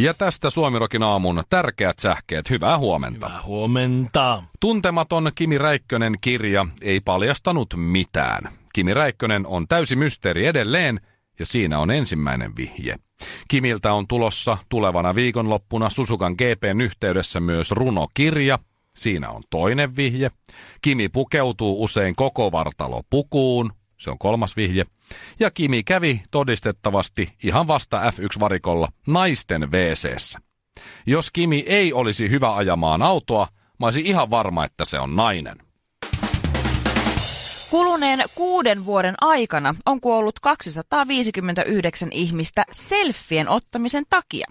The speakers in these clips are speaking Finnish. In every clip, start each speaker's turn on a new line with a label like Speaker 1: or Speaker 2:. Speaker 1: Ja tästä Suomirokin aamun tärkeät sähkeet. Hyvää huomenta.
Speaker 2: Hyvää huomenta.
Speaker 1: Tuntematon Kimi Räikkönen kirja ei paljastanut mitään. Kimi Räikkönen on täysi mysteeri edelleen ja siinä on ensimmäinen vihje. Kimiltä on tulossa tulevana viikonloppuna Susukan GPn yhteydessä myös runokirja. Siinä on toinen vihje. Kimi pukeutuu usein koko vartalo pukuun. Se on kolmas vihje. Ja Kimi kävi todistettavasti ihan vasta F1-varikolla naisten wc Jos Kimi ei olisi hyvä ajamaan autoa, mä olisin ihan varma, että se on nainen.
Speaker 3: Kuluneen kuuden vuoden aikana on kuollut 259 ihmistä selfien ottamisen takia.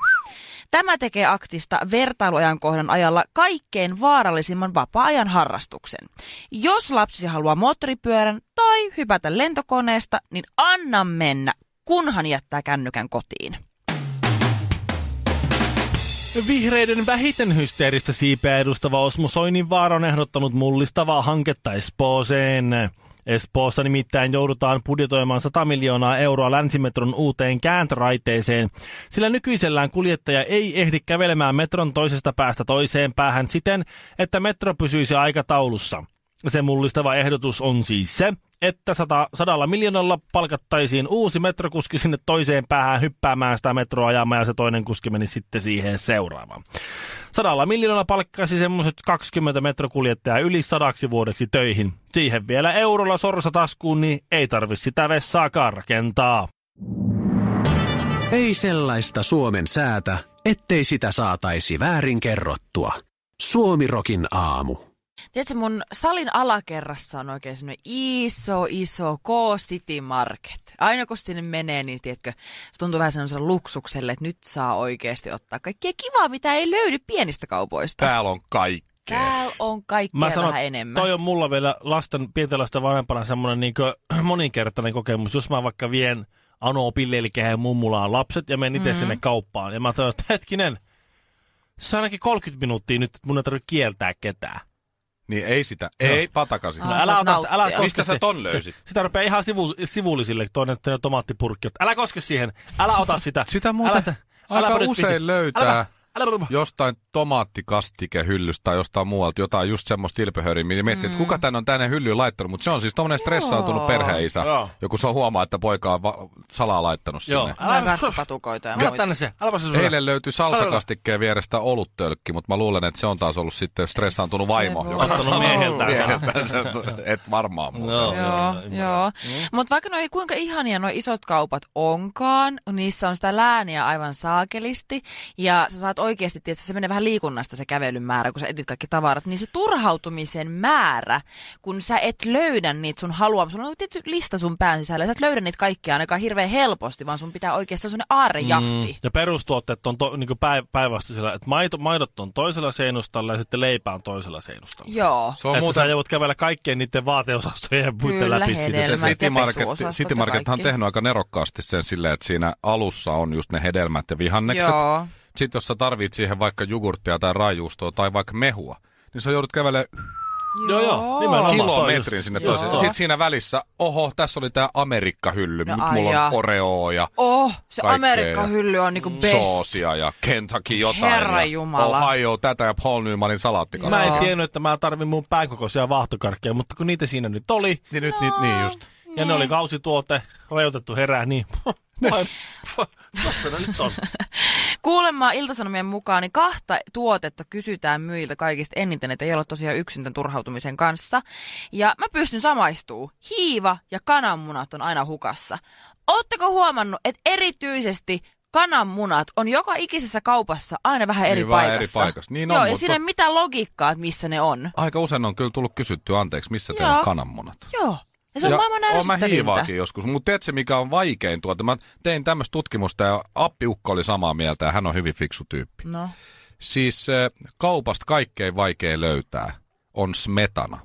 Speaker 3: Tämä tekee aktista vertailuajankohdan ajalla kaikkein vaarallisimman vapaa-ajan harrastuksen. Jos lapsisi haluaa moottoripyörän tai hypätä lentokoneesta, niin anna mennä, kunhan jättää kännykän kotiin.
Speaker 2: Vihreiden vähiten hysteeristä siipeä edustava Osmo Soininvaara on ehdottanut mullistavaa hanketta Espooseen. Espoossa nimittäin joudutaan budjetoimaan 100 miljoonaa euroa länsimetron uuteen kääntöraiteeseen, sillä nykyisellään kuljettaja ei ehdi kävelemään metron toisesta päästä toiseen päähän siten, että metro pysyisi aikataulussa. Se mullistava ehdotus on siis se, että sata, sadalla miljoonalla palkattaisiin uusi metrokuski sinne toiseen päähän hyppäämään sitä metroa ajamaan ja se toinen kuski meni sitten siihen seuraavaan. Sadalla miljoonalla palkkaisi semmoiset 20 metrokuljettajaa yli sadaksi vuodeksi töihin. Siihen vielä eurolla sorsa taskuun, niin ei tarvi sitä vessaakaan rakentaa.
Speaker 4: Ei sellaista Suomen säätä, ettei sitä saataisi väärin kerrottua. Suomirokin aamu.
Speaker 3: Tiedätkö, mun salin alakerrassa on oikein semmoinen iso, iso K-City Market. Aina kun sinne menee, niin tiedätkö, se tuntuu vähän semmoiselle luksukselle, että nyt saa oikeasti ottaa kaikkea kivaa, mitä ei löydy pienistä kaupoista.
Speaker 1: Täällä on kaikki.
Speaker 3: Täällä on kaikkea
Speaker 2: Mä sanon,
Speaker 3: vähän enemmän.
Speaker 2: toi on mulla vielä lasten, pienten lasten vanhempana semmoinen niin moninkertainen kokemus. Jos mä vaikka vien Ano Pillelikähän mummulaan lapset ja menen itse mm-hmm. sinne kauppaan. Ja mä sanon, että hetkinen, se on ainakin 30 minuuttia nyt, että mun ei tarvitse kieltää ketään.
Speaker 1: Niin ei sitä. Ei, patakasin.
Speaker 3: Aa,
Speaker 2: No, älä
Speaker 3: saat
Speaker 2: ota, sitä- älä
Speaker 3: nauttia.
Speaker 2: koske
Speaker 1: Mistä sä
Speaker 2: se-
Speaker 1: ton löysit?
Speaker 2: se- Sitä rupeaa ihan sivu, sivullisille toinen toinen tomaattipurkki. että Älä koske siihen. Älä ota sitä.
Speaker 1: Sitä muuten aika
Speaker 2: älä nyt
Speaker 1: usein
Speaker 2: piti.
Speaker 1: löytää.
Speaker 2: Älä, älä, älä,
Speaker 1: jostain tomaattikastikehyllystä tai jostain muualta, jotain just semmoista ilpehöriä, mitä miettii, mm. että kuka tän on tänne hyllyyn laittanut, mutta se on siis tommonen stressaantunut
Speaker 3: Joo.
Speaker 1: perheisä,
Speaker 2: Joo.
Speaker 1: joku saa huomaa, että poika on va- salaa laittanut
Speaker 2: Joo.
Speaker 1: sinne.
Speaker 3: Mä
Speaker 2: Älä-
Speaker 3: karppatukoita ja
Speaker 2: älä
Speaker 3: muita.
Speaker 2: tänne se. Älä pääse sulle.
Speaker 1: Eilen löytyi salsakastikkeen vierestä oluttölkki, mutta mä luulen, että se on taas ollut sitten stressaantunut vaimo,
Speaker 3: voi
Speaker 1: joka
Speaker 3: olla.
Speaker 1: on
Speaker 2: Ottanut mieheltään. sen.
Speaker 1: et varmaan muuta.
Speaker 2: Joo.
Speaker 3: Joo, joo. Mutta vaikka noi, kuinka ihania nuo isot kaupat onkaan, niissä on sitä lääniä aivan saakelisti. Ja sä saat oikeasti, tietysti se menee vähän liikunnasta se kävelyn määrä, kun sä etit kaikki tavarat. Niin se turhautumisen määrä, kun sä et löydä niitä sun haluaa, sulla on tietty lista sun pään sisällä. ja Sä et löydä niitä kaikkia ainakaan hirveän helposti, vaan sun pitää oikeasti, se on semmoinen aarejahti.
Speaker 2: Ja perustuotteet on to, niin päin, päinvastaisella, että maito, maidot on toisella seinustalla ja sitten leipä on toisella seinustalla.
Speaker 3: Joo.
Speaker 1: Se
Speaker 2: Että
Speaker 1: on
Speaker 2: sä
Speaker 1: muuten
Speaker 2: joudut kävellä kaikkien niiden vaateosastojen ja muiden
Speaker 3: Kyllä,
Speaker 2: läpi sinne.
Speaker 3: hedelmät
Speaker 1: se
Speaker 3: ja
Speaker 1: City Market,
Speaker 3: pesuosastot ja
Speaker 1: City Market on
Speaker 3: kaikki.
Speaker 1: tehnyt aika nerokkaasti sen silleen, että siinä alussa on just ne hedelmät ja vihannekset.
Speaker 3: Joo.
Speaker 1: Sitten jos sä tarvit siihen vaikka jogurttia tai raajuustoa tai vaikka mehua, niin sä joudut kävelemään
Speaker 2: Joo, joo, nimenomaan. Oma toi
Speaker 1: kilometrin
Speaker 2: just.
Speaker 1: sinne
Speaker 3: Joo.
Speaker 1: toiseen. Sitten siinä välissä, oho, tässä oli tää Amerikka-hylly.
Speaker 3: No
Speaker 1: No,
Speaker 3: ai
Speaker 1: Mulla on
Speaker 3: jaa.
Speaker 1: Oreo ja
Speaker 3: Oh, se
Speaker 1: Kaikkea.
Speaker 3: Amerikka-hylly on niinku best.
Speaker 1: soosia ja Kentucky jotain.
Speaker 3: Herra
Speaker 1: ja
Speaker 3: Jumala.
Speaker 1: Ohio tätä ja Paul Newmanin salaattikasta.
Speaker 2: Mä en
Speaker 3: Joo.
Speaker 2: tiennyt, että mä tarvin mun päänkokoisia vahtokarkkeja, mutta kun niitä siinä nyt oli,
Speaker 1: Niin nyt niin, niin just.
Speaker 2: Ja ne oli kausituote, rajoitettu herää, niin... Vai- Tossa ne nyt on.
Speaker 3: Kuulemma Iltasanomien mukaan niin kahta tuotetta kysytään myyjiltä kaikista eniten, että ei ole tosiaan yksin tämän turhautumisen kanssa. Ja mä pystyn samaistuu. Hiiva ja kananmunat on aina hukassa. Ootteko huomannut, että erityisesti kananmunat on joka ikisessä kaupassa aina vähän eri
Speaker 1: Niin, vähän
Speaker 3: paikassa?
Speaker 1: eri paikassa. Niin on,
Speaker 3: Joo, ja
Speaker 1: mutta-
Speaker 3: siinä ei mitään logiikkaa, että missä ne on.
Speaker 1: Aika usein on kyllä tullut kysytty, anteeksi, missä
Speaker 3: Joo.
Speaker 1: teillä on kananmunat?
Speaker 3: Joo. Ja se on maailman
Speaker 1: oon mä
Speaker 3: ärsyttävintä.
Speaker 1: hiivaakin joskus, mutta tiedätkö se, mikä on vaikein tuota? Mä tein tämmöistä tutkimusta ja appiukko oli samaa mieltä ja hän on hyvin fiksu tyyppi.
Speaker 3: No.
Speaker 1: Siis eh, kaupasta kaikkein vaikein löytää on smetana.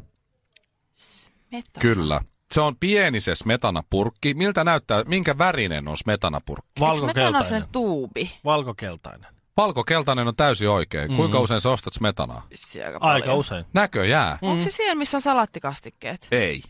Speaker 3: Metta.
Speaker 1: Kyllä. Se on pieni se smetanapurkki. Miltä näyttää, minkä värinen on smetanapurkki?
Speaker 3: Eikö metana ole sen
Speaker 2: Valkokeltainen.
Speaker 3: tuubi?
Speaker 2: Valkokeltainen.
Speaker 1: Valkokeltainen on täysin oikein. Mm. Kuinka usein sä ostat smetanaa?
Speaker 3: Siis Aika paljon.
Speaker 2: Aika usein.
Speaker 1: Näköjää.
Speaker 3: Onko se siellä, missä on salattikastikkeet?
Speaker 1: Ei.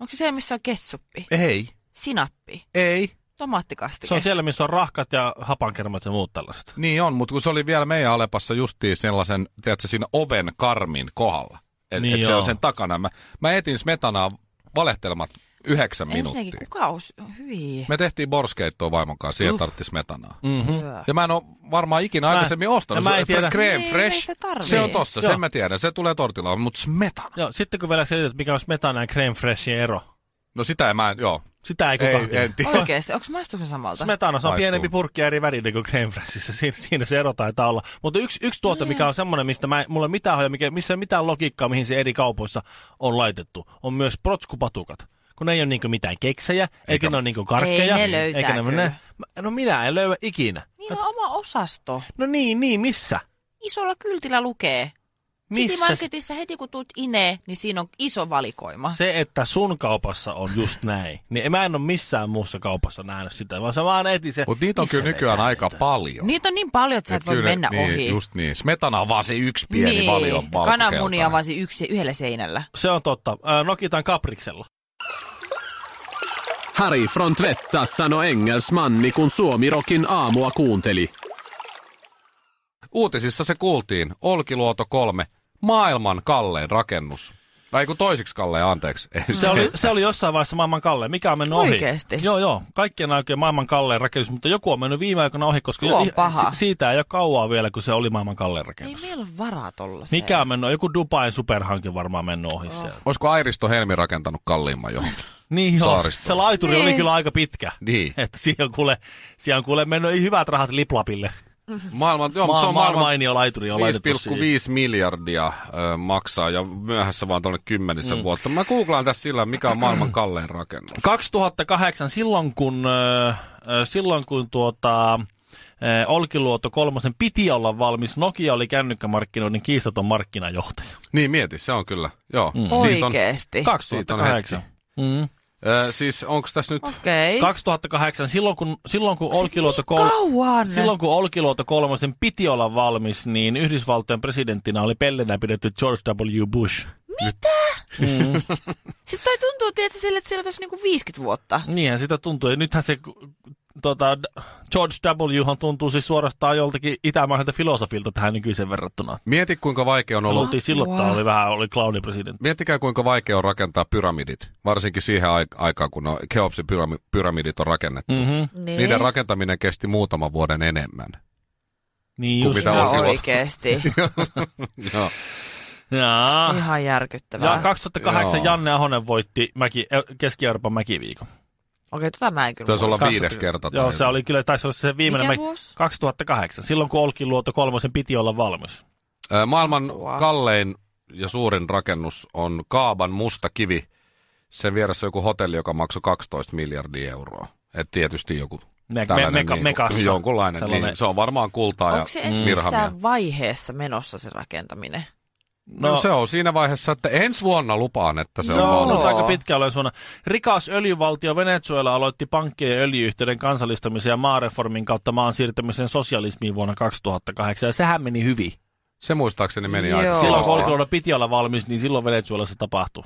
Speaker 3: Onko se siellä, missä on ketsuppi?
Speaker 1: Ei.
Speaker 3: Sinappi?
Speaker 1: Ei.
Speaker 3: Tomaattikastike?
Speaker 2: Se on siellä, missä on rahkat ja hapankermat ja muut tällaiset.
Speaker 1: Niin on, mutta kun se oli vielä meidän Alepassa justiin sellaisen, tiedätkö, siinä oven karmin kohdalla. Et,
Speaker 2: Niin
Speaker 1: niin et se on
Speaker 2: joo.
Speaker 1: sen takana. Mä, mä etin smetanaa valehtelmat yhdeksän
Speaker 3: Ensinnäkin,
Speaker 1: minuuttia.
Speaker 3: kuka on... Hyi.
Speaker 1: Me tehtiin borskeittoa vaimon kanssa, siihen tarvittiin smetanaa. Mm.
Speaker 3: Hyvä.
Speaker 1: Ja mä en ole varmaan ikinä
Speaker 2: Mä-
Speaker 1: aikaisemmin ostanut.
Speaker 2: ja mä en
Speaker 1: Se-
Speaker 2: tiedä-
Speaker 1: Crème
Speaker 3: Niin, ei
Speaker 1: fresh,
Speaker 3: sitä tarvii.
Speaker 1: se on tossa,
Speaker 2: Joo.
Speaker 1: sen mä tiedän. Se tulee tortillaan, mutta smetana.
Speaker 2: Joo, sitten kun vielä selität, mikä on smetana ja creme freshin ero.
Speaker 1: No sitä en mä, en- joo.
Speaker 2: Sitä ei
Speaker 1: Ei,
Speaker 2: kukaan tiedä.
Speaker 1: en tiedä.
Speaker 3: Oikeesti, onko maistuuko se samalta?
Speaker 2: Smetana, se on
Speaker 1: Maistuu.
Speaker 2: pienempi purkki ja eri värinen kuin creme freshissa. Siinä, siinä se ero taitaa olla. Mutta yksi, yksi tuote, mikä on semmoinen, mistä mä, en- mulla ei mitään hoja, mikä, missä ei ole mitään logiikkaa, mihin se eri kaupoissa on laitettu, on myös protskupatukat. Kun ne ei ole niinku mitään keksejä, eikä, eikä ne ole niinku karkkeja.
Speaker 3: Ei ne löytää
Speaker 2: eikä ne,
Speaker 3: kyllä. Niin.
Speaker 2: ne, no minä en löyä ikinä.
Speaker 3: Niillä on oma osasto.
Speaker 2: No niin, niin, missä?
Speaker 3: Isolla kyltillä lukee. City
Speaker 2: Missä?
Speaker 3: Marketissa heti kun tuut inee, niin siinä on iso valikoima.
Speaker 2: Se, että sun kaupassa on just näin, niin mä en ole missään muussa kaupassa nähnyt sitä, vaan sä vaan etin se.
Speaker 1: Mutta niitä on
Speaker 2: missä
Speaker 1: kyllä nykyään
Speaker 2: vetää
Speaker 1: aika
Speaker 2: niitä?
Speaker 1: paljon.
Speaker 3: Niitä on niin paljon, että sä et
Speaker 1: Et
Speaker 3: voi
Speaker 1: kyllä,
Speaker 3: mennä
Speaker 1: niin,
Speaker 3: ohi.
Speaker 1: Just niin. Smetana on vaan se yksi pieni
Speaker 3: niin.
Speaker 1: valio
Speaker 3: Kananmunia
Speaker 1: valkokeltainen.
Speaker 3: vaan se yksi yhdellä seinällä.
Speaker 2: Se on totta. Ö, no, Nokitan Kapriksella.
Speaker 4: Harry Frontvettas sanoi engelsmanni, kun Suomirokin aamua kuunteli.
Speaker 1: Uutisissa se kuultiin. Olkiluoto 3. Maailman kallein rakennus. Tai kun toisiksi kallein, anteeksi. Ei
Speaker 2: Se oli, se oli jossain vaiheessa maailman kallein. Mikä on mennyt ohi?
Speaker 3: Oikeesti?
Speaker 2: Joo, joo. Kaikkien aikojen maailman kallein rakennus, mutta joku on mennyt viime aikoina ohi, koska
Speaker 3: Tuo on
Speaker 2: i-
Speaker 3: paha.
Speaker 2: si- siitä ei ole kauaa vielä, kun se oli maailman kallein
Speaker 3: Ei
Speaker 2: rakennus.
Speaker 3: meillä ole varaa tollaiseen.
Speaker 2: Mikä on mennyt? Joku Dubain superhanke varmaan mennyt ohi oh. sieltä.
Speaker 1: Olisiko Airisto Helmi rakentanut kalliimman johonkin?
Speaker 2: Niin joo,
Speaker 1: Saaristoon.
Speaker 2: se laituri niin. oli
Speaker 3: Niin.
Speaker 2: kyllä aika pitkä.
Speaker 1: Niin.
Speaker 2: Että siihen on kuule, siihen on kuule mennyt hyvät rahat liplapille.
Speaker 1: Maailman, joo,
Speaker 2: Maa,
Speaker 1: mutta se on maailman
Speaker 2: mainio laituri on laitettu siihen.
Speaker 1: 5,5 miljardia ö, maksaa ja myöhässä vaan tuonne kymmenissä mm. vuotta. Mä googlaan tässä sillä, mikä on
Speaker 2: Mm.
Speaker 1: maailman kallein rakennus.
Speaker 2: 2008, silloin kun, ö, ö, silloin kun tuota, ö, Olkiluoto kolmosen piti olla valmis, Nokia oli kännykkämarkkinoiden kiistaton markkinajohtaja.
Speaker 1: Niin mieti, se on kyllä. Joo. Mm.
Speaker 3: Oikeesti.
Speaker 2: 2008. Mm.
Speaker 1: Ö, siis onko tässä nyt...
Speaker 3: Okei.
Speaker 2: 2008, silloin kun, silloin kun Olkiluoto
Speaker 3: niin kauan?
Speaker 2: silloin kun Olkiluoto kolmosen piti olla valmis, niin Yhdysvaltojen presidenttinä oli pellenä pidetty George W. Bush.
Speaker 3: Siis toi tuntuu tietysti sille, että siellä olisi niinku 50 vuotta.
Speaker 2: Niinhän sitä tuntuu. Ja nythän se tuota, George W. Han tuntuu siis suorastaan joltakin itämaiselta filosofilta tähän nykyiseen verrattuna.
Speaker 1: Mieti, kuinka vaikea on ollut
Speaker 2: Oltiin silloittaa, oli vähän oli clownipresidentti.
Speaker 1: Miettikää, kuinka vaikea on rakentaa pyramidit, varsinkin siihen aik- aikaan, kun no, Keopsin pyrami- pyramidit on rakennettu. Mm.
Speaker 2: Mm-hmm.
Speaker 3: Niin.
Speaker 1: Niiden rakentaminen kesti muutaman vuoden enemmän.
Speaker 2: Niin
Speaker 1: Kun
Speaker 2: just.
Speaker 1: mitä
Speaker 3: Ihan
Speaker 1: on silloin?
Speaker 3: oikeesti.
Speaker 1: Joo.
Speaker 2: Jaa.
Speaker 3: Ihan
Speaker 2: Ja
Speaker 3: järkyttävää.
Speaker 2: 2008
Speaker 1: Joo.
Speaker 2: Janne Ahonen voitti mäki, Keski-Euroopan mäkiviikon.
Speaker 3: Okei, tota mä en kyllä
Speaker 1: Taisi olla
Speaker 3: muista.
Speaker 1: viides kerta.
Speaker 2: Joo,
Speaker 1: tai-
Speaker 2: se oli kyllä, taisi olla se viimeinen.
Speaker 3: Mikä vuosi?
Speaker 2: 2008, silloin kun Olkiluoto kolmosen piti olla valmis.
Speaker 1: Ö, Maailman
Speaker 3: Wow.
Speaker 1: kallein ja suurin rakennus on Kaaban musta kivi. Sen vieressä on joku hotelli, joka maksoi 12 miljardia euroa. Et tietysti joku
Speaker 2: Me-
Speaker 1: tällainen
Speaker 2: me- meka-
Speaker 1: niin,
Speaker 2: mekassa.
Speaker 1: jonkunlainen.
Speaker 2: Sellainen-
Speaker 1: Niin, se on varmaan kultaa ja
Speaker 3: Onko se edes
Speaker 1: virhamia.
Speaker 3: missään vaiheessa menossa se rakentaminen?
Speaker 1: No, se on siinä vaiheessa, että ensi vuonna lupaan, että se on
Speaker 2: Joo,
Speaker 1: valmis.
Speaker 2: mutta aika pitkä olen suona. Rikas öljyvaltio Venezuela aloitti pankkien ja öljyyhtiöiden kansallistamisen ja maareformin kautta maan siirtämisen sosialismiin vuonna 2008, ja sehän meni hyvin.
Speaker 1: Se muistaakseni meni
Speaker 3: Joo.
Speaker 1: aika
Speaker 2: Silloin kun
Speaker 1: kivasti.
Speaker 2: Olkiluoto piti olla valmis, niin silloin Venezuelassa tapahtui.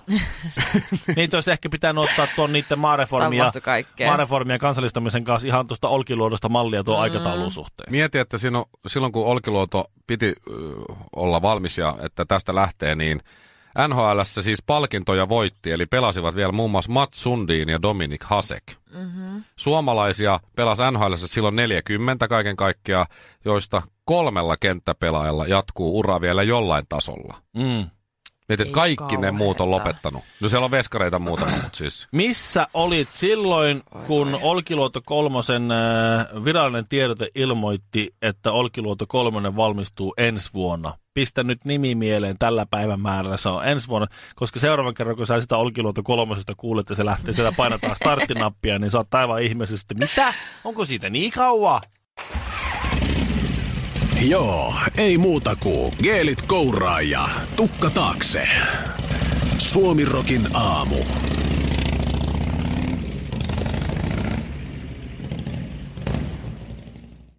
Speaker 2: Niitä olisi ehkä pitänyt ottaa tuon niiden maareformia,
Speaker 3: Tapahtui kaikkea.
Speaker 2: maareformia ja kansallistamisen kanssa ihan tuosta Olkiluodosta mallia tuon mm. aikataulun suhteen.
Speaker 1: Mieti, että siinä on, silloin kun Olkiluoto piti ö, olla valmis ja että tästä lähtee, niin NHL siis palkintoja voitti, eli pelasivat vielä muun muassa Mats Sundin ja Dominik Hasek. Mm-hmm. Suomalaisia pelasi NHL silloin 40 kaiken kaikkiaan, joista kolmella kenttäpelaajalla jatkuu ura vielä jollain tasolla.
Speaker 2: Mm.
Speaker 1: Mietit,
Speaker 3: Ei
Speaker 1: kaikki ne muut on
Speaker 3: kauheeta.
Speaker 1: lopettanut. No siellä on veskareita muuta, mutta siis.
Speaker 2: Missä olit silloin, kun Olkiluoto kolmosen äh, virallinen tiedote ilmoitti, että Olkiluoto kolmonen valmistuu ensi vuonna? Pistä nyt nimi mieleen tällä päivän määrällä, se on ensi vuonna, koska seuraavan kerran, kun sä sitä Olkiluoto kolmosesta kuulet, että se lähtee sieltä painataan starttinappia, niin sä oot aivan ihmeisesti, mitä? Onko siitä niin kauan?
Speaker 4: Joo, ei muuta kuin geelit kouraa ja tukka taakse. Suomirokin aamu.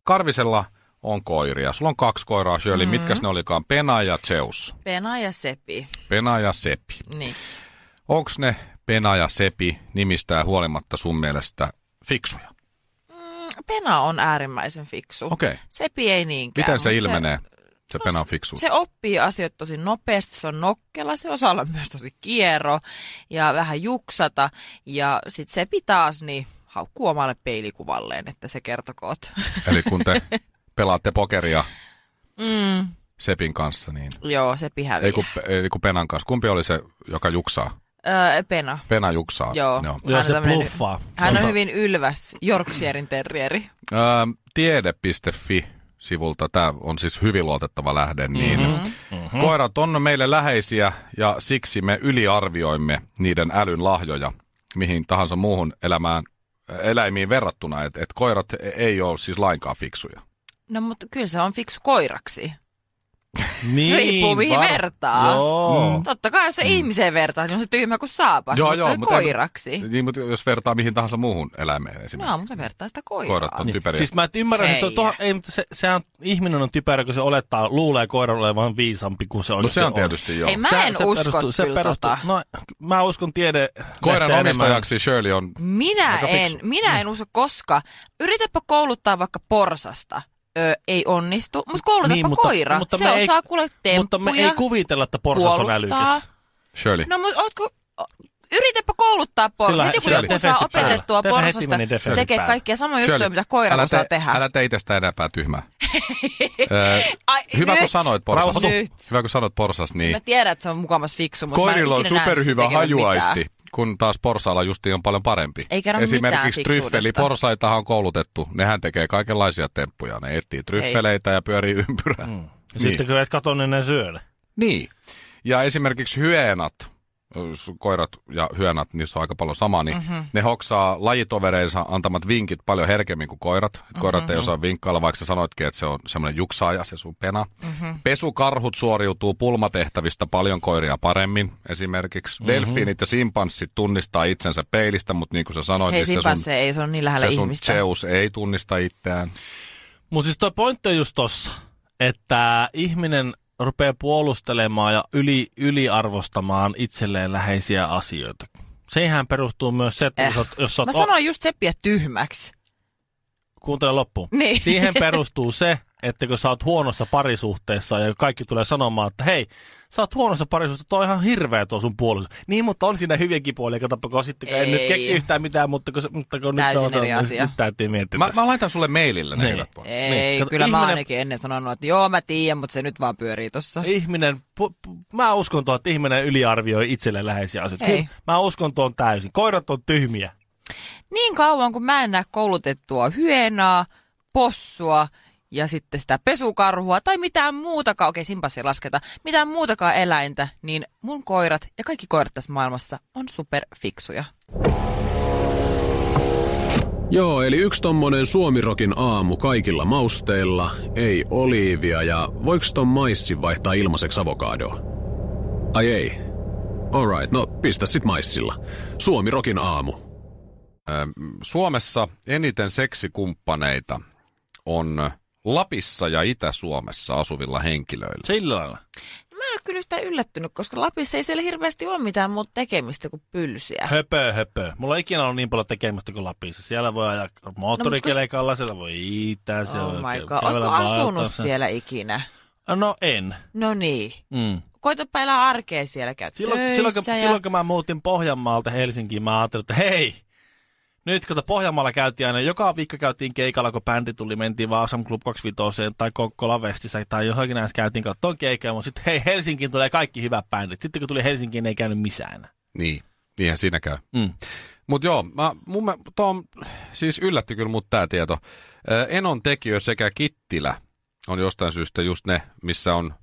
Speaker 1: Karvisella on koiria. Sulla on kaksi koiraa, Shirley. Mm-hmm. Mitkäs ne olikaan? Pena ja Zeus.
Speaker 3: Pena ja Sepi.
Speaker 1: Pena ja Sepi.
Speaker 3: Niin.
Speaker 1: Onks ne Pena ja Sepi nimistään huolimatta sun mielestä fiksuja?
Speaker 3: Pena on äärimmäisen fiksu.
Speaker 1: Okei.
Speaker 3: Sepi ei niinkään.
Speaker 1: Miten
Speaker 3: mut no
Speaker 1: se ilmenee, se, se Pena on fiksu?
Speaker 3: Se oppii asiat tosi nopeasti, se on nokkela, se osaa olla myös tosi kiero ja vähän juksata. Ja sit se taas niin haukkuu omalle peilikuvalleen, että se kertokoot.
Speaker 1: Eli kun te pelaatte pokeria
Speaker 3: mm,
Speaker 1: Sepin kanssa, niin...
Speaker 3: joo, se häviää.
Speaker 1: Ei kun, ei kun Penan kanssa. Kumpi oli se, joka juksaa?
Speaker 3: Öö, pena.
Speaker 1: Pena juksaa.
Speaker 3: Joo.
Speaker 2: Joo,
Speaker 3: Hän
Speaker 2: se
Speaker 3: tämmönen-
Speaker 2: bluffaa.
Speaker 3: Hän on
Speaker 2: Tota-
Speaker 3: hyvin ylväs Yorkshirein terrieri.
Speaker 1: Öö, tiede.fi-sivulta, tämä on siis hyvin luotettava lähde, niin mm-hmm. koirat on meille läheisiä ja siksi me yliarvioimme niiden älyn lahjoja mihin tahansa muuhun elämään, eläimiin verrattuna, että et koirat ei ole siis lainkaan fiksuja.
Speaker 3: No mutta kyllä se on fiksu koiraksi.
Speaker 2: Niin,
Speaker 3: Riippuu mihin
Speaker 2: var-
Speaker 3: vertaa.
Speaker 2: Joo. Mm.
Speaker 3: Totta kai jos se ihmiseen vertaa, niin on se tyhmä kuin saapas,
Speaker 1: Joo,
Speaker 3: mutta
Speaker 1: joo, mutta-
Speaker 3: koiraksi.
Speaker 1: Niin, mutta jos vertaa mihin tahansa muuhun eläimeen esimerkiksi.
Speaker 3: No, mutta se vertaa sitä koiraa.
Speaker 1: Koirat on typeriä.
Speaker 2: Siis mä et ymmärrä, että
Speaker 3: Ei.
Speaker 2: tuohon, ei, mutta se, sehän ihminen on typerä, kun se olettaa, luulee koiran olevan viisampi kuin se on.
Speaker 1: no se on tietysti joo.
Speaker 3: Ei Mä en usko kyllä tota.
Speaker 2: No, mä uskon tiede.
Speaker 1: Koiran
Speaker 2: lehteen
Speaker 1: omistajaksi Shirley on
Speaker 3: Minä
Speaker 1: Aika
Speaker 3: en,
Speaker 1: fiksu.
Speaker 3: minä
Speaker 2: Mm.
Speaker 3: en usko, koska yritäpä kouluttaa vaikka porsasta. Ö, ei onnistu, mutta koulutapa
Speaker 2: Niin, mutta-
Speaker 3: koira.
Speaker 2: mutta
Speaker 3: se
Speaker 2: me ei-
Speaker 3: osaa kuule
Speaker 2: enemmän-
Speaker 3: temppuja,
Speaker 2: Mutta me ei kuvitella, että porsas on
Speaker 3: puolustaa.
Speaker 2: älykäs.
Speaker 1: Shirley.
Speaker 3: No mutta ootko... o- Yritäpä kouluttaa
Speaker 2: Sillä-
Speaker 3: porsasta. Heti kun
Speaker 2: sillä-
Speaker 3: joku saa
Speaker 2: defensi päällä.
Speaker 3: opetettua
Speaker 2: Tehdään heti
Speaker 3: porsasta,
Speaker 2: meni defensi
Speaker 3: tekee
Speaker 2: päällä.
Speaker 3: kaikkia samoja juttuja, mitä koira
Speaker 1: älä
Speaker 3: osaa
Speaker 1: tee-
Speaker 3: tehdä.
Speaker 1: Älä tee itsestä enempää tyhmää. Ö,
Speaker 3: Ai,
Speaker 1: hyvä kun
Speaker 3: nyt.
Speaker 1: sanoit porsas.
Speaker 3: Rauhoitu. Nyt.
Speaker 1: Hyvä kun sanoit porsas,
Speaker 3: Mä
Speaker 1: niin
Speaker 3: tiedän, että se on mukamas fiksu, mutta
Speaker 1: koirilla
Speaker 3: mä
Speaker 1: on
Speaker 3: en ikinä nähnyt sen
Speaker 1: superhyvä
Speaker 3: tekevän
Speaker 1: hajuaisti,
Speaker 3: mitään.
Speaker 1: kun taas porsaalla justiin on paljon parempi.
Speaker 3: Ei kerro
Speaker 1: Esimerkiksi
Speaker 3: mitään fiksuudesta.
Speaker 1: tryffeli porsaitahan on koulutettu. Nehän tekee kaikenlaisia temppuja. Ne etsii tryffeleitä ja pyörii ympyrää. Mm.
Speaker 2: Ja Sitten kun et katso, niin ne syö ne.
Speaker 1: Niin. Ja esimerkiksi hyeenat, jos koirat ja hyönat, niissä on aika paljon sama, niin
Speaker 3: Mhm.
Speaker 1: mm-hmm. ne hoksaa lajitovereensa antamat vinkit paljon herkemmin kuin koirat. Et koirat
Speaker 3: Mhm.
Speaker 1: mm-hmm. ei osaa vinkkailla, vaikka sä sanoitkin, että se on semmoinen juksaaja, se sun pena.
Speaker 3: Mhm.
Speaker 1: Mm-hmm. Pesukarhut suoriutuu pulmatehtävistä paljon koiria paremmin esimerkiksi.
Speaker 3: Mhm.
Speaker 1: Mm-hmm. Delfiinit ja simpanssit tunnistaa itsensä peilistä, mutta niin kuin sä sanoit,
Speaker 3: Hei,
Speaker 1: niin se
Speaker 3: simpa se
Speaker 1: sun,
Speaker 3: ei, se on niin lähellä
Speaker 1: se sun
Speaker 3: ihmistä.
Speaker 1: Zeus ei tunnista itseään.
Speaker 2: Mutta siis toi pointti on just tossa, että ihminen rupeaa puolustelemaan ja yli, yliarvostamaan itselleen läheisiä asioita. Seihän perustuu myös se, että
Speaker 3: Äh.
Speaker 2: jos oot- jos sä
Speaker 3: Mä
Speaker 2: oot
Speaker 3: sanoin just seppiä tyhmäksi.
Speaker 2: Kuuntele loppuun.
Speaker 3: Niin.
Speaker 2: Siihen perustuu se, että kun sä oot huonossa parisuhteessa ja kaikki tulee sanomaan, että hei, sä oot huonossa parisuhteessa, toi on ihan hirveä tuo sun puoliso. Niin, mutta on siinä hyviäkin puolia, katsoppa, kun sitten kun en
Speaker 3: Ei.
Speaker 2: nyt keksi yhtään mitään, mutta kun, se- mutta kun nyt,
Speaker 3: Täysin
Speaker 2: on, se-
Speaker 3: eri asia.
Speaker 2: nyt täytyy miettiä.
Speaker 1: Mä,
Speaker 2: tässä.
Speaker 1: mä laitan sulle mailille ne
Speaker 2: Niin.
Speaker 1: eilät pois.
Speaker 3: Ei,
Speaker 2: Niin, kato,
Speaker 3: kyllä mä
Speaker 2: ihminen-
Speaker 3: ainakin ennen sanonut, että joo mä tiedän, mutta se nyt vaan pyörii tossa.
Speaker 2: Ihminen, pu, pu, mä uskon tuon, että ihminen yliarvioi itselle läheisiä asioita.
Speaker 3: Ei.
Speaker 2: Kyllä, Mä uskon tuon täysin. Koirat on tyhmiä.
Speaker 3: Niin kauan kun mä en näe koulutettua hyenaa, possua ja sitten sitä pesukarhua tai mitään muutakaan, okei simpas ei lasketa, mitään muutakaan eläintä, niin mun koirat ja kaikki koirat tässä maailmassa on superfiksuja.
Speaker 4: Joo, eli yksi tommonen Suomirokin aamu kaikilla mausteilla, ei oliivia ja voiks ton maissi vaihtaa ilmaiseksi avokadoa? Ai ei. Alright, no pistä sit maissilla. Suomirokin aamu.
Speaker 1: Suomessa eniten seksikumppaneita on Lapissa ja Itä-Suomessa asuvilla henkilöillä.
Speaker 2: Sillä lailla.
Speaker 3: Mä en ole kyllä yhtään yllättynyt, koska Lapissa ei siellä hirveästi ole mitään muuta tekemistä kuin pylsiä.
Speaker 2: Höpö, höpö. Mulla ei ikinä ollut niin paljon tekemistä kuin Lapissa. Siellä voi ajaa moottorikelekalla, siellä voi itää, siellä
Speaker 3: Oh
Speaker 2: voi
Speaker 3: my
Speaker 2: kä-
Speaker 3: god,
Speaker 2: kävellä
Speaker 3: ootko asunut
Speaker 2: vaeltamassa.
Speaker 3: siellä ikinä?
Speaker 2: No en.
Speaker 3: No niin.
Speaker 2: Mm.
Speaker 3: Koitapa elää arkea siellä, käy
Speaker 2: Silloin,
Speaker 3: töissä
Speaker 2: silloin, kun,
Speaker 3: ja...
Speaker 2: silloin kun mä muutin Pohjanmaalta Helsinkiin, mä ajattelin, että hei, Nyt kato, Pohjanmaalla käytiin aina, joka viikko käytiin keikalla, kun bändi tuli, mentiin Vaasan Club 25 tai Kokkola Vestissä tai johonkin näissä käytiin kattoon keikkaa, mutta sitten hei, Helsinkiin tulee kaikki hyvät bändit. Sitten kun tuli Helsinkiin, ei käynyt missään.
Speaker 1: Niin, niinhän siinä käy.
Speaker 2: Mm.
Speaker 1: Mutta joo, mä, mun, mä, Tom, siis yllätti kyllä mut tää tieto. Ö, Enon tekiö sekä Kittilä on jostain syystä just ne, missä on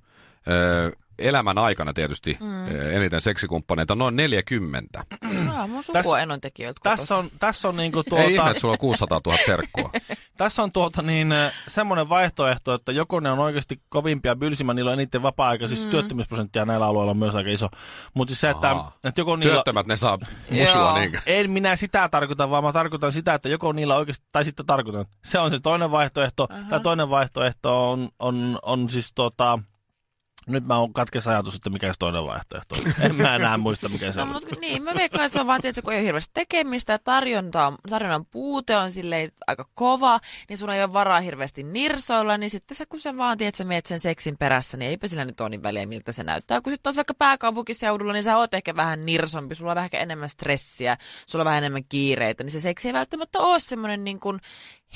Speaker 1: ö, elämän aikana tietysti mm. eniten seksikumppaneita, noin 40.
Speaker 3: No, mun sukua
Speaker 2: Tässä-
Speaker 3: enon tekijöiltä
Speaker 2: Tässä on, tässä on niinku
Speaker 1: Tuota... Ei ihme,
Speaker 2: tuota,
Speaker 1: että sulla on 600 000 serkkua.
Speaker 2: tässä on tuota niin, äh, semmoinen vaihtoehto, että joko ne on oikeasti kovimpia bylsimä, niillä on eniten vapaa-aika, siis mm. työttömyysprosenttia näillä alueilla on myös aika iso. Mutta siis se, että,
Speaker 1: Ahaa.
Speaker 2: että joko niillä...
Speaker 1: Työttömät ne saa musua
Speaker 3: Joo.
Speaker 1: niinkö?
Speaker 2: En minä sitä tarkoita, vaan mä tarkoitan sitä, että joko niillä oikeasti, tai sitten tarkoitan. Se on se toinen vaihtoehto, Aha. tai toinen vaihtoehto on, on, on siis tota, nyt mä oon katkes ajatus, että mikä se toinen vaihtoehto on. En mä enää muista, mikä se
Speaker 3: No,
Speaker 2: on.
Speaker 3: mut, kun- niin, mä veikkaan, että se on vaan, tietysti, kun ei ole hirveästi tekemistä, ja tarjonta on, tarjonnan puute on silleen aika kova, niin sun ei ole varaa hirveästi nirsoilla, niin sitten sä, kun sä vaan tiedät, että sä meet sen seksin perässä, niin eipä sillä nyt ole niin väliä, miltä se näyttää. Kun sitten taas vaikka pääkaupunkiseudulla, niin sä oot ehkä vähän nirsompi, sulla on vähän ehkä enemmän stressiä, sulla on vähän enemmän kiireitä, niin se seksi ei välttämättä ole semmoinen niin kuin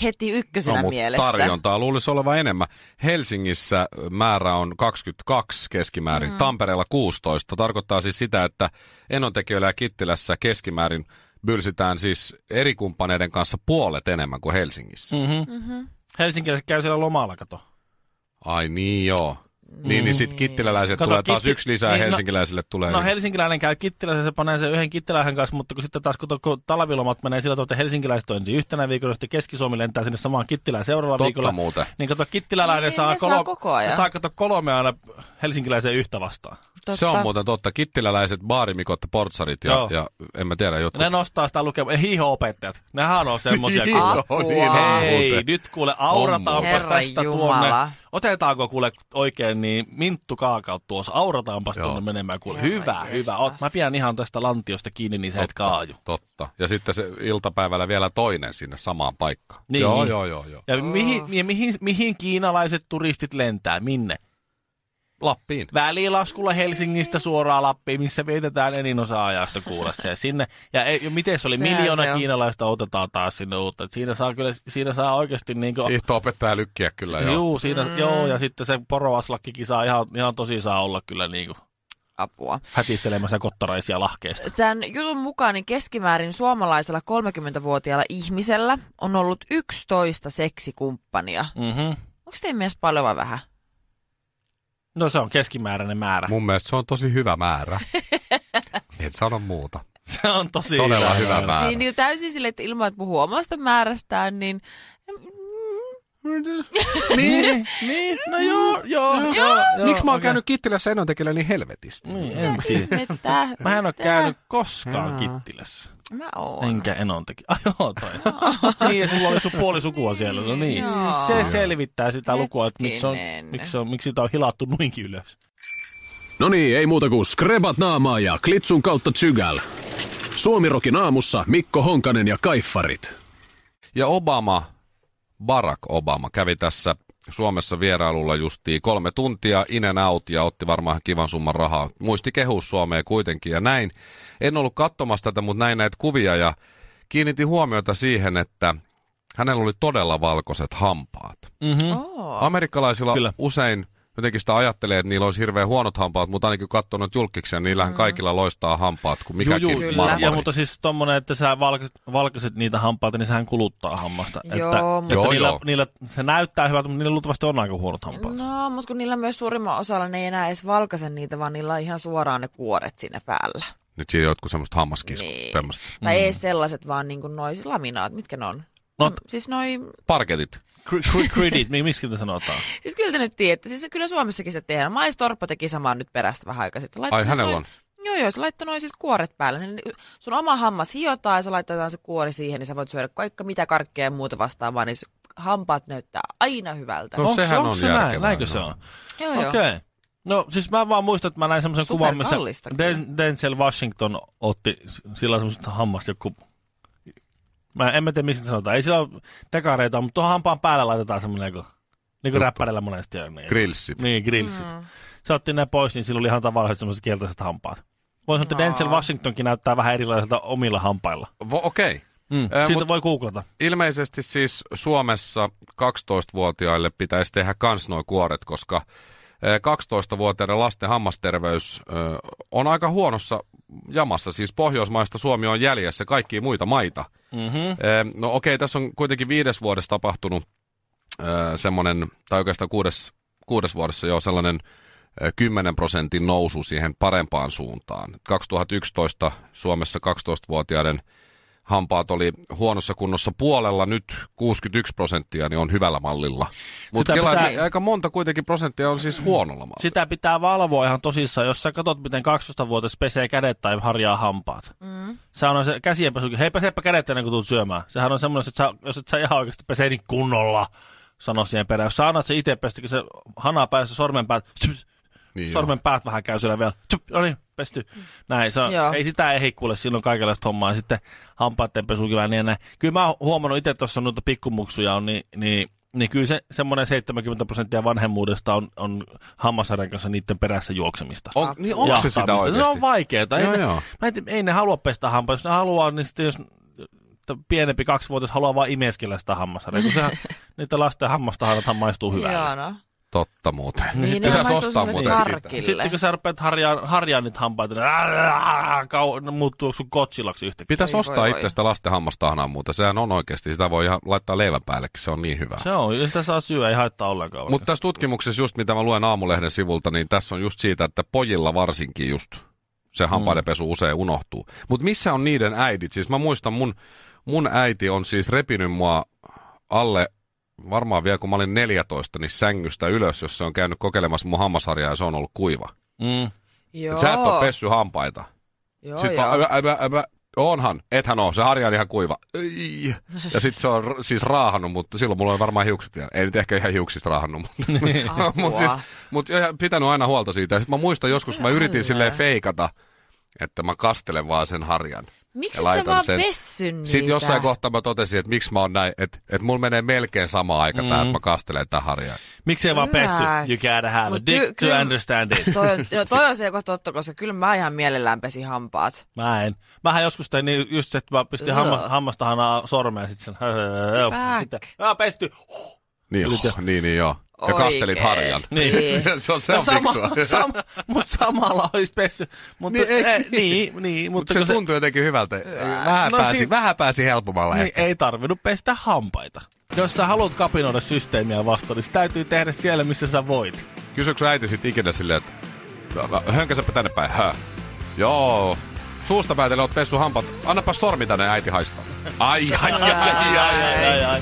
Speaker 3: heti ykkösenä
Speaker 1: No, mut
Speaker 3: mielessä.
Speaker 1: tarjontaa luulisi olevan enemmän. Helsingissä määrä on 22 keskimäärin, mm. Tampereella 16. Tarkoittaa siis sitä, että enontekijöillä ja Kittilässä keskimäärin bylsitään siis eri kumppaneiden kanssa puolet enemmän kuin Helsingissä. Mm.
Speaker 2: Mm-hmm. Mm-hmm. Helsinkiläiset käy siellä lomalla, kato.
Speaker 1: Ai niin joo. Niin, niin sitten kittiläläiset Kato,
Speaker 2: Kato,
Speaker 1: tulee taas
Speaker 2: kitti-
Speaker 1: yksi lisää
Speaker 2: niin,
Speaker 1: niin,
Speaker 2: no-
Speaker 1: helsinkiläisille tulee.
Speaker 2: No helsinkiläinen käy kittilässä, se panee sen yhden kittiläisen kanssa, mutta kun sitten taas kun, to- kun talvilomat menee sillä tavalla, että helsinkiläiset on ensin yhtenä viikolla, sitten Keski-Suomi lentää sinne samaan kittilään seuraavalla
Speaker 1: Totta
Speaker 2: viikolla.
Speaker 1: muuten.
Speaker 2: Niin kato, kittiläläinen
Speaker 3: Niin,
Speaker 2: saa,
Speaker 3: ne saa koko ajan.
Speaker 2: se saa kato kolme aina helsinkiläiseen yhtä vastaan.
Speaker 3: Totta.
Speaker 1: Se on muuten totta. Kittiläläiset, baarimikot, portsarit ja,
Speaker 2: Joo.
Speaker 1: ja en mä tiedä, jotkut. Niin,
Speaker 2: Ne nostaa sitä lukemaa. Hiiho-opettajat. Nehän on semmosia.
Speaker 1: Hiiho,
Speaker 2: kuule.
Speaker 3: niin on
Speaker 2: Hei,
Speaker 1: muuten.
Speaker 2: nyt kuule,
Speaker 3: On
Speaker 2: aurataanpas
Speaker 3: muuten.
Speaker 2: tästä
Speaker 3: Herran
Speaker 2: tuonne.
Speaker 3: jumala.
Speaker 2: Otetaanko kuule oikein niin minttu kaakaut tuossa. Aurataanpas
Speaker 1: Joo.
Speaker 2: tuonne menemään. Kuule,
Speaker 3: Herran
Speaker 2: hyvä, hyvä. Ot, mä pidän ihan tästä lantiosta kiinni, niin sä et kaaju.
Speaker 1: Totta. Ja sitten se iltapäivällä vielä toinen sinne samaan paikkaan.
Speaker 2: Niin.
Speaker 1: Joo, joo, joo, joo.
Speaker 2: Ja mihin, ja mihin, mihin kiinalaiset turistit lentää? Minne?
Speaker 1: Lappiin.
Speaker 2: Välilaskulla Helsingistä suoraan Lappiin, missä vietetään eninosa ajasta kuule se sinne. Ja ei, ja miten se oli?
Speaker 3: Sehän
Speaker 2: Miljoona
Speaker 3: se on.
Speaker 2: kiinalaista otetaan taas sinne uutta. Et Siinä saa, kyllä, siinä saa oikeasti niin kuin,
Speaker 1: Ihto opettaa lykkiä kyllä joo.
Speaker 2: Juu, siinä, mm. joo, ja sitten se poroaslakkikin saa ihan, ihan tosi saa olla kyllä niinku
Speaker 3: Apua.
Speaker 2: hätistelemässä kottaraisia lahkeista.
Speaker 3: Tämän jutun mukaan niin keskimäärin suomalaisella 30-vuotiaalla ihmisellä on ollut 11 seksikumppania.
Speaker 2: Mm-hmm.
Speaker 3: Onko teidän mielestä paljon vai vähän?
Speaker 2: No se on keskimääräinen määrä.
Speaker 1: Mun mielestä se on tosi hyvä määrä. en sano muuta.
Speaker 2: se on tosi
Speaker 1: Todella hyvä määrä.
Speaker 3: Siinä niin täysin sille, että ilman, että puhuu omasta määrästään, niin... Mm,
Speaker 2: niin, niin, no joo, joo. joo, joo
Speaker 1: Miksi mä oon
Speaker 2: okei.
Speaker 1: käynyt Kittilässä enontekijöillä niin helvetisti?
Speaker 2: Niin, en tiedä.
Speaker 3: Että,
Speaker 2: Mä en ole käynyt niin. koskaan Kittilässä.
Speaker 3: Mä oon.
Speaker 2: Enkä enontekin. Ai joo, toi. niin, ja sulla oli sun puoli sukua siellä, no niin.
Speaker 3: Joo.
Speaker 2: Se selvittää sitä lukua, että miksi, on,
Speaker 3: Hetkinen.
Speaker 2: miksi, on, miksi sitä on hilattu nuinkin ylös.
Speaker 4: No niin, ei muuta kuin skrebat naamaa ja klitsun kautta tsygäl. Suomirokin aamussa Mikko Honkanen ja Kaiffarit.
Speaker 1: Ja Obama, Barack Obama, kävi tässä Suomessa vierailulla justiin kolme tuntia in and out ja otti varmaan kivan summan rahaa. Muisti kehu Suomeen kuitenkin ja näin. En ollut katsomassa tätä, mutta näin näitä kuvia ja kiinnitin huomiota siihen, että hänellä oli todella valkoiset hampaat.
Speaker 3: Oo.
Speaker 1: Amerikkalaisilla
Speaker 2: Kyllä.
Speaker 1: Kyllä. usein jotenkin sitä ajattelee, että niillä olisi hirveän huonot hampaat, mutta ainakin kun katsoo noita julkkiksia, niillähän mm. kaikilla loistaa hampaat kuin mikäkin
Speaker 3: Kyllä.
Speaker 1: marmari.
Speaker 2: Ja, mutta siis tommonen, että sä valkaset, valkaset niitä hampaita, niin sehän kuluttaa hammasta.
Speaker 3: Joo,
Speaker 2: että,
Speaker 3: mutta-
Speaker 2: että
Speaker 1: Joo,
Speaker 2: niillä,
Speaker 1: joo.
Speaker 2: niillä, se näyttää hyvältä, mutta niillä luultavasti on aika huonot hampaat.
Speaker 3: No, mutta kun niillä myös suurimman osalla ne ei enää edes valkaise niitä, vaan niillä on ihan suoraan ne kuoret siinä päällä.
Speaker 1: Nyt siinä on jotkut semmoista hammaskiskut,
Speaker 3: Niin.
Speaker 1: niin. semmoista.
Speaker 3: Tai ei sellaiset, vaan niin kuin noi laminaat, mitkä ne on?
Speaker 2: No,
Speaker 3: Siis noi
Speaker 1: Parketit.
Speaker 2: cre- cre- credit, mi- miksi te sanotaan?
Speaker 3: Siis kyllä te nyt tiedätte. Siis kyllä Suomessakin se tehdään. Mais Torppa teki samaa nyt perästä vähän aikaa sitten. Laittoi
Speaker 1: Ai,
Speaker 3: siis
Speaker 1: hänellä
Speaker 3: noin- Joo, joo, se laittoi noin siis kuoret päälle. Niin sun oma hammas hiotaan ja se laitetaan se kuori siihen, niin sä voit syödä kaikka mitä karkkeja ja muuta vastaavaa, niin se hampaat näyttää aina hyvältä.
Speaker 1: No, sehän on
Speaker 2: se näin?
Speaker 1: järkevää,
Speaker 2: Näinkö
Speaker 1: joo.
Speaker 2: se on?
Speaker 3: joo,
Speaker 2: Okei.
Speaker 3: joo.
Speaker 2: Okay. No siis mä vaan muistan, että mä näin semmoisen kuvan, missä
Speaker 3: Superkallista kyllä.
Speaker 2: Den- Denzel Washington otti s- sillä on semmoista hammasta joku... Mä en mä tiedä, mistä sanotaan. Ei sillä ole tekareita, mutta tuohon hampaan päälle laitetaan semmoinen joku... Niin kuin
Speaker 1: Juttu.
Speaker 2: räppärillä monesti on. Niin.
Speaker 1: Grillsit.
Speaker 2: Niin, grillsit. Mm. Se otti ne pois, niin sillä oli ihan tavalliset semmoiset keltaiset hampaat. Voin sanoa, että Denzel Washingtonkin näyttää vähän erilaiselta omilla hampailla.
Speaker 1: Niin. Vo- Okei. Okay.
Speaker 2: Mm.
Speaker 1: Ö,
Speaker 2: Siitä
Speaker 1: mut-
Speaker 2: voi googlata.
Speaker 1: Ilmeisesti siis Suomessa 12-vuotiaille pitäisi tehdä kans nuo kuoret, koska ö, 12-vuotiaiden lasten hammasterveys ö, on aika huonossa jamassa. Siis Pohjoismaista Suomi on jäljessä kaikkia muita maita.
Speaker 2: Mm-hmm.
Speaker 1: Ö, No okei, tässä on kuitenkin viides vuodessa tapahtunut ö, semmoinen, tai oikeastaan kuudes, kuudes vuodessa jo sellainen ö, 10 prosentin nousu siihen parempaan suuntaan. 2011 Suomessa 12-vuotiaiden hampaat oli huonossa kunnossa puolella, nyt 61 prosenttia niin on hyvällä mallilla. Mutta
Speaker 2: Sitä
Speaker 1: pitää...
Speaker 2: pitää-
Speaker 1: aika monta kuitenkin prosenttia on siis huonolla mallilla.
Speaker 2: Sitä pitää valvoa ihan tosissaan. Jos sä katsot, miten 12-vuotias pesee kädet tai harjaa hampaat. Mm. Sehän on se käsienpesukin. Hei, peseepä kädet ennen kuin tulet syömään. Sehän on semmoinen, että sä, jos et sä ihan oikeasti pese niin kunnolla, sano siihen perään. Jos sä annat se itse pestä, kun se hana päässä sormen päät,
Speaker 1: Niin joo.
Speaker 2: sormen päät vähän käy siellä vielä. Tsyp, no niin, pesty. Näin, se on,
Speaker 3: Joo.
Speaker 2: ei sitä ehdi kuule silloin kaikenlaista hommaa. Sitten hampaiden pesukin vähän niin ja näin. Kyllä mä oon huomannut itse tuossa noita pikkumuksuja on, niin, niin niin kyllä se semmoinen 70 prosenttia vanhemmuudesta on, on hammasharjan kanssa niiden perässä juoksemista.
Speaker 1: On, niin onko se sitä
Speaker 2: Jahtaamista.
Speaker 1: oikeasti?
Speaker 2: Se on vaikeaa. Ei,
Speaker 1: Joo,
Speaker 2: ne-
Speaker 1: joo.
Speaker 2: Mä en, tiedä, ei ne halua pestä hampaa. Jos ne haluaa, niin sitten jos t- pienempi kaksivuotias haluaa vaan imeskellä sitä hammasharjaa, kun sehän, niitä lasten hammastaharjathan
Speaker 3: Joo,
Speaker 2: maistuu hyvälle.
Speaker 3: no.
Speaker 1: Totta muuten.
Speaker 3: Niin, ne
Speaker 1: Niin, Pitäisi
Speaker 3: maistuu
Speaker 1: ostaa
Speaker 3: sille
Speaker 1: muuten sitä.
Speaker 3: karkille.
Speaker 2: Sitten kun sä rupeat harjaa, harjaa niitä hampaita, niin ää, kau, ne muuttuu sun kotsilaksi yhtäkkiä.
Speaker 1: Pitäisi
Speaker 3: Ei
Speaker 1: ostaa
Speaker 3: voi, voi.
Speaker 1: itsestä lasten hammastahnaa muuta. Sehän on oikeasti, sitä voi ihan laittaa leivän päällekin, se on niin hyvä.
Speaker 2: Se on, jos sitä saa syödä, ei haittaa ollenkaan.
Speaker 1: Mutta tässä tutkimuksessa just mitä mä luen aamulehden sivulta, niin tässä on just siitä, että pojilla varsinkin just se
Speaker 2: Mm.
Speaker 1: hampaidenpesu usein unohtuu. Mutta missä on niiden äidit? Siis mä muistan, mun, mun äiti on siis repinyt mua alle, varmaan vielä kun mä olin 14, niin sängystä ylös, jos se on käynyt kokeilemassa mun hammasharjaa ja se on ollut kuiva.
Speaker 2: mm.
Speaker 3: Joo.
Speaker 1: Et sä et ole pessy hampaita.
Speaker 3: Joo,
Speaker 1: Sitten
Speaker 3: joo.
Speaker 1: mä, äbä, äbä, äbä, onhan, ethän oo, se harja on ihan kuiva. Ei. Ja sitten se on r- siis raahannut, mutta silloin mulla on varmaan hiukset vielä. Ei nyt ehkä ihan hiuksista raahannut, mutta
Speaker 3: Apua.
Speaker 1: mut siis, mut ihan pitänyt aina huolta siitä. Sitten mä muistan joskus, kun mä yritin
Speaker 3: Kyllä.
Speaker 1: silleen feikata, että mä kastelen vaan sen harjan.
Speaker 3: Miksi
Speaker 1: ja
Speaker 3: et sä
Speaker 1: laitan
Speaker 3: vaan
Speaker 1: sen.
Speaker 3: pessy niitä?
Speaker 1: Sitten jossain kohtaa mä totesin, että miksi mä oon näin, että, että mulla menee melkein sama aika mm. tää, että mä kastelen tämän harjan.
Speaker 2: Miksei vaan
Speaker 3: Hyvä.
Speaker 2: pessy? You gotta have a
Speaker 3: Mut
Speaker 2: dick
Speaker 3: ky-
Speaker 2: to
Speaker 3: kyllä-
Speaker 2: understand it.
Speaker 3: Toi on, no toi on se joko totta, koska kyllä mä ihan mielellään pesin hampaat.
Speaker 2: Mä en. Mähän joskus tein niin just se, että mä pistin
Speaker 3: Joo.
Speaker 2: hamma, hammastahanaa sormeen sit sen.
Speaker 3: Back.
Speaker 2: Sitten, Mä pesty. Huh.
Speaker 1: Niin,
Speaker 2: Kyllä.
Speaker 1: oh, niin, niin joo. Ja kastelit
Speaker 3: Oikeesti. No
Speaker 1: harjan.
Speaker 2: Niin.
Speaker 1: se on, se on fiksua.
Speaker 2: sam, mut samalla olisi pessy. Mutta,
Speaker 1: Niin, eiks
Speaker 2: eh,
Speaker 1: niin?
Speaker 2: niin, niin,
Speaker 1: Mutta se
Speaker 2: mutta kun
Speaker 1: tuntuu jotenkin hyvältä. Vähän,
Speaker 2: No
Speaker 1: pääsi,
Speaker 2: si-
Speaker 1: vähän pääsi helpommalla
Speaker 2: niin,
Speaker 1: ehkä.
Speaker 2: ei tarvinnut pestä hampaita. Jos sä haluat kapinoida systeemiä vastaan, niin se täytyy tehdä siellä, missä sä voit.
Speaker 1: Kysyykö sun äiti sit ikinä silleen, että hönkäsäpä tänne päin, hö? Joo. Suusta päätellä oot pessu hampat. Annapa sormi tänne, äiti haistaa. Ai, ai, ai, ai, ai, ai.
Speaker 2: ai, ai.